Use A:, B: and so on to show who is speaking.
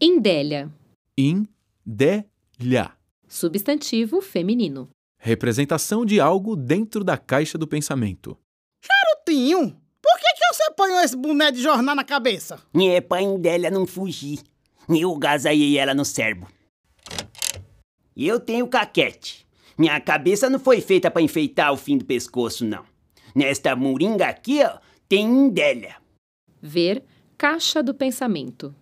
A: Indélia,
B: Indelha.
A: substantivo feminino.
B: Representação de algo dentro da caixa do pensamento.
C: Tinho, por que, que você apanhou esse boné de jornal na cabeça?
D: É pra dela não fugir. Eu gasaiei ela no cérebro. Eu tenho caquete. Minha cabeça não foi feita pra enfeitar o fim do pescoço, não. Nesta moringa aqui, ó, tem indélia.
A: Ver, caixa do pensamento.